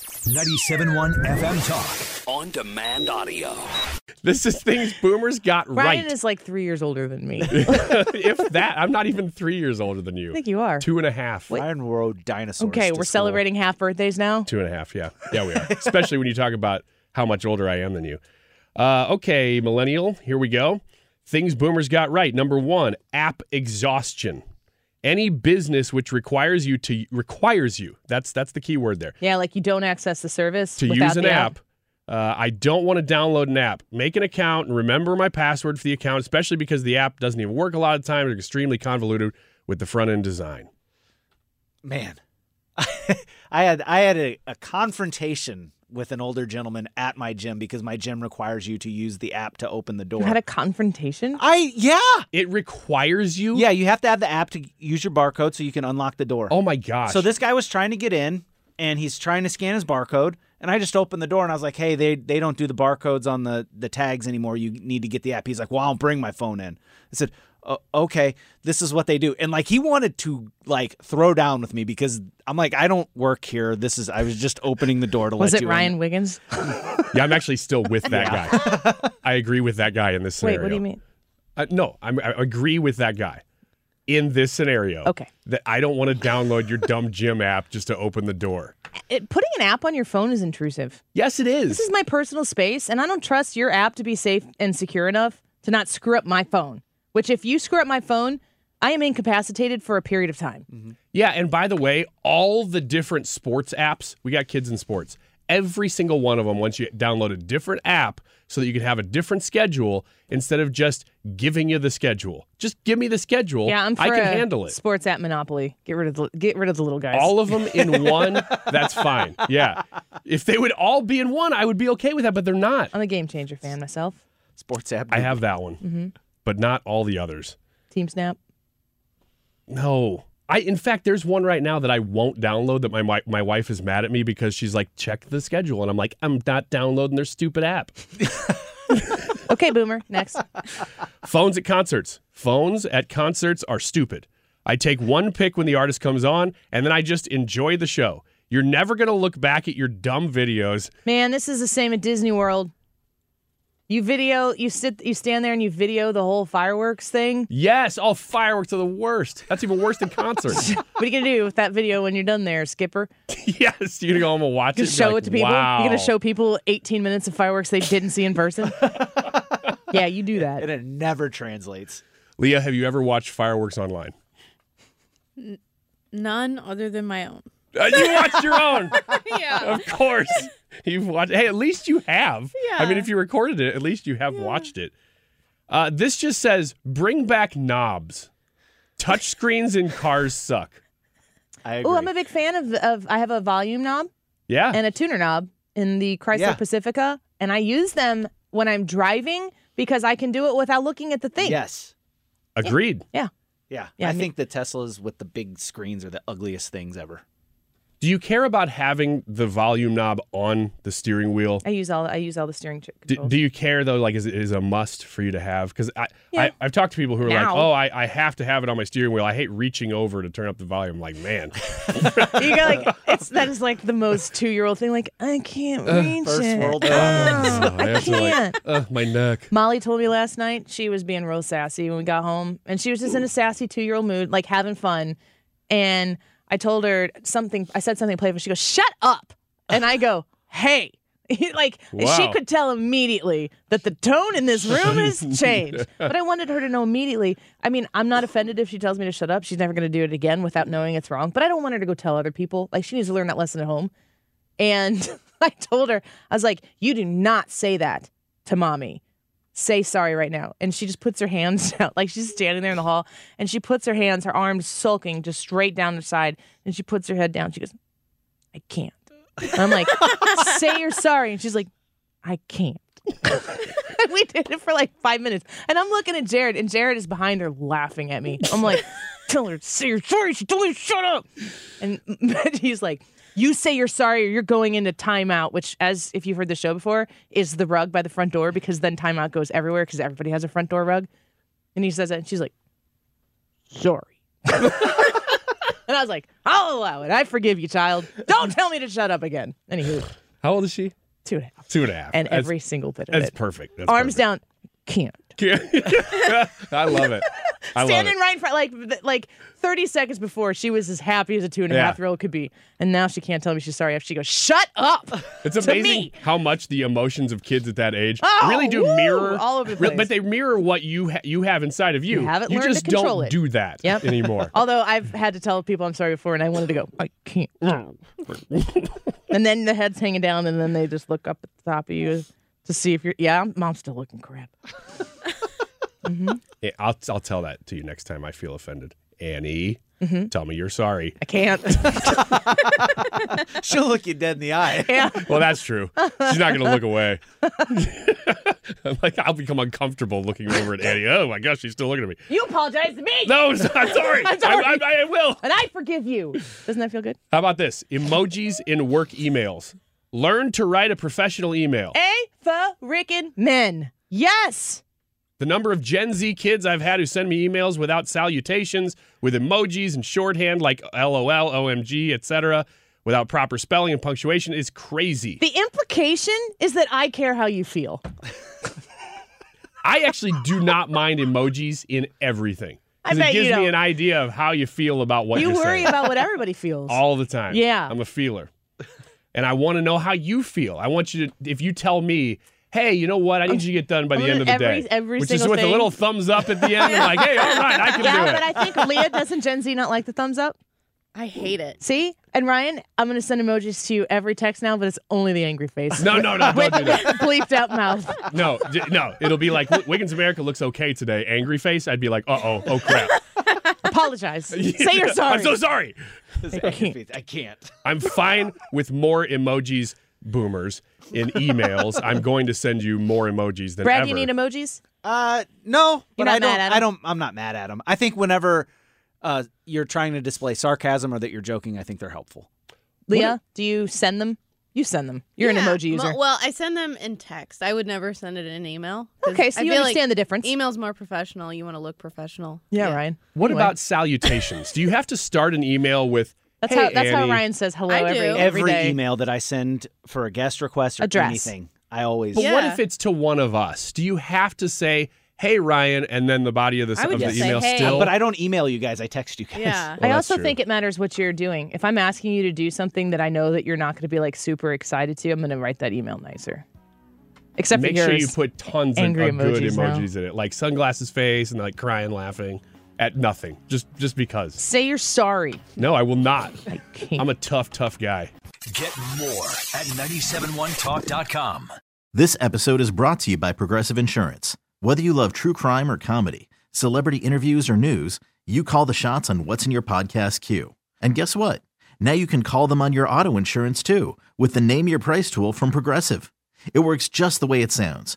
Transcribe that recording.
97.1 FM Talk. On demand audio. This is things boomers got Ryan right. is like three years older than me. if that, I'm not even three years older than you. I think you are. Two and a half. Ryan rode dinosaurs. okay, to we're school. celebrating half birthdays now. Two and a half, yeah. Yeah, we are. Especially when you talk about how much older I am than you. Uh, okay, millennial, here we go. Things boomers got right. Number one, app exhaustion. Any business which requires you to requires you. That's that's the key word there. Yeah, like you don't access the service to without use an the app. Uh, I don't want to download an app. Make an account and remember my password for the account, especially because the app doesn't even work a lot of times. It's extremely convoluted with the front end design. Man, I had I had a, a confrontation with an older gentleman at my gym because my gym requires you to use the app to open the door. You had a confrontation. I yeah It requires you. yeah you have to have the app to use your barcode so you can unlock the door. Oh my gosh. So this guy was trying to get in, and he's trying to scan his barcode. And I just opened the door, and I was like, "Hey, they they don't do the barcodes on the the tags anymore. You need to get the app." He's like, "Well, I'll bring my phone in." I said, "O- "Okay, this is what they do." And like he wanted to like throw down with me because I'm like, "I don't work here. This is I was just opening the door to Was let it you Ryan in." Wiggins? yeah, I'm actually still with that guy. I agree with that guy in this Wait, scenario. what do you mean? Uh, no, I'm, I agree with that guy in this scenario. Okay. That I don't want to download your dumb gym app just to open the door. It- putting an app on your phone is intrusive. Yes, it is. This is my personal space, and I don't trust your app to be safe and secure enough to not screw up my phone. Which, if you screw up my phone, I am incapacitated for a period of time. Yeah, and by the way, all the different sports apps, we got kids in sports. Every single one of them, once you download a different app so that you can have a different schedule instead of just giving you the schedule. Just give me the schedule. Yeah, I'm. For I can a handle it. Sports app monopoly. Get rid of the get rid of the little guys. All of them in one, that's fine. Yeah. If they would all be in one, I would be okay with that, but they're not. I'm a game changer fan myself. Sports app. I have that one, Mm-hmm. but not all the others. Team Snap. No. I in fact there's one right now that I won't download that my my, my wife is mad at me because she's like check the schedule and I'm like I'm not downloading their stupid app. Okay, Boomer. Next. Phones at concerts. Phones at concerts are stupid. I take one pick when the artist comes on and then I just enjoy the show. You're never going to look back at your dumb videos. Man, this is the same at Disney World. You video, you sit, you stand there and you video the whole fireworks thing. Yes, all fireworks are the worst. That's even worse than concerts. What are you gonna do with that video when you're done there, Skipper? yes, you're going to go home and watch You it. and be gonna show like, it to people? Wow. You're gonna show people 18 minutes of fireworks they didn't see in person? yeah, you do and that. it never translates. Leah, have you ever watched fireworks online? None other than my own. Uh, you watched your own. Yeah. Of course. You've watched Hey, at least you have. I mean, Yeah. if you recorded it, at least you have watched it. Uh, this just says bring back knobs. Touchscreens in cars suck. I agree. Oh, I'm a big fan of, of I have a volume knob Yeah. and a tuner knob in the Chrysler Yeah. Pacifica, and I use them when I'm driving because I can do it without looking at the thing. yes. Agreed. Yeah. Yeah, I me- think the Teslas with the big screens are the ugliest things ever. Do you care about having the volume knob on the steering wheel? I use all I use all the steering ch- Do, controls. do you care though? Like, is it is it a must for you to have? Because I, Yeah. I I've talked to people who are like, Now. oh, I, I have to have it on my steering wheel. I hate reaching over to turn up the volume. I'm like, man, You got like it's that is like the most two year old thing. Like I can't reach first it. world Oh, problems. I I have to, like- can't. uh, my neck. Molly told me last night she was being real sassy when we got home, and she was just in a sassy two year old mood, like having fun. And I told her something. I said something playful. She goes, "Shut up!" And I go, "Hey." like she Wow. could tell immediately that the tone in this room has changed. But I wanted her to know immediately. I mean, I'm not offended if she tells me to shut up. She's never going to do it again without knowing it's wrong. But I don't want her to go tell other people. Like she needs to learn that lesson at home. And I told her, I was like, "You do not say that to mommy." say sorry right now. And she just puts her hands out, like she's standing there in the hall, and she puts her hands, her arms sulking, just straight down her side, and she puts her head down. She goes, I can't. And I'm like, say you're sorry. And she's like, I can't. we did it for like five minutes. And I'm looking at Jared, and Jared is behind her laughing at me. I'm like, tell her, to say you're sorry. She told me to shut up. And Reggie's like, you say you're sorry or you're going into timeout, which, as if you've heard the show before, is the rug by the front door because then timeout goes everywhere because everybody has a front door rug. And he says that, and she's like, sorry. and I was like, I'll allow it. I forgive you, child. Don't tell me to shut up again. Anywho, How old is she? two and a half. Two and a half. And That's- every single bit of That's it. perfect. That's Arms perfect. down, can't. I love it. I love Standing it. right in front, like th- like thirty seconds before, she was as happy as a two and a half Yeah. year old could be, and now she can't tell me she's sorry. If she goes, shut up. It's to amazing me. how much the emotions of kids at that age Oh, really do woo, mirror all over the re- place. but they mirror what you ha- you have inside of you. You haven't you learned to just control don't it. do that Yep. anymore. Although I've had to tell people I'm sorry before, and I wanted to go, I can't. and then the head's hanging down, and then they just look up at the top of you to see if you're. Yeah, I'm- mom's still looking crap. Yeah, Eh, I'll I'll tell that to you next time I feel offended. Annie, Mm-hmm. tell me you're sorry. I can't. She'll look you dead in the eye. yeah. Well, that's true. She's not going to look away. like I'll become uncomfortable looking over at Annie. Oh my gosh, she's still looking at me. You apologize to me, No, I'm sorry. I'm sorry. I, I, I will. and I forgive you. Doesn't that feel good? How about this? Emojis in work emails. Learn to write a professional email. A for Rickin men. Yes. The number of Gen Z kids I've had who send me emails without salutations, with emojis and shorthand like LOL, OMG, etc., without proper spelling and punctuation is crazy. The implication is that I care how you feel. I actually do not mind emojis in everything. 'Cause I bet it gives you me don't. an idea of how you feel about what you are worry saying about what everybody feels. all the time. Yeah. I'm a feeler. And I want to know how you feel. I want you to if you tell me, "Hey, you know what? I need you to get done by the I'm end of the gonna- day." every- every Which is single with a thing. little thumbs up at the end and like, "Hey, all right, I can do yeah, it." but I think Leah doesn't Gen Z not like the thumbs up. I hate it. See? And Ryan, I'm gonna send emojis to you every text now, but it's only the angry face. No, no, no, With don't do that. bleeped out mouth. No, j- no. It'll be like "W- Wiggins America looks okay today. Angry face. I'd be like, uh oh, oh crap. Apologize. Say you're sorry. I'm so sorry. I can't. I can't. I'm fine with more emojis, boomers, in emails. I'm going to send you more emojis than Brad, ever. you need emojis? Uh, no, but not I don't. mad at him? I don't. I'm not mad at him. I think whenever uh, you're trying to display sarcasm or that you're joking, I think they're helpful. Leah, do you send them? You send them. You're Yeah, an emoji mo- user. Well, I send them in text. I would never send it in an email. 'cause Okay, so I you feel understand the difference. Email's more professional. You want to look professional. yeah, Ryan. what Anyway. about salutations? Do you have to start an email with that's "Hey, how that's how Annie"? Ryan says hello I do. every Every, every day. email that I send for a guest request or Address. anything, I always. But what Yeah. if it's to one of us? Do you have to say "Hey Ryan" and then the body of the, I would of the just say, email "Hey." still? But I don't email you guys. I text you guys. Yeah. Well, I that's also true. think it matters what you're doing. If I'm asking you to do something that I know that you're not going to be like super excited to, I'm going to write that email nicer. Except make for yours. sure you put tons of, Angry of good emojis now. emojis in it, like sunglasses face and like crying, laughing at nothing, just just because. Say you're sorry. No, I will not. I can't. I'm a tough, tough guy. Get more at 971talk.com. This episode is brought to you by Progressive Insurance. Whether you love true crime or comedy, celebrity interviews or news, you call the shots on what's in your podcast queue. And guess what? Now you can call them on your auto insurance too with the Name Your Price tool from Progressive. It works just the way it sounds.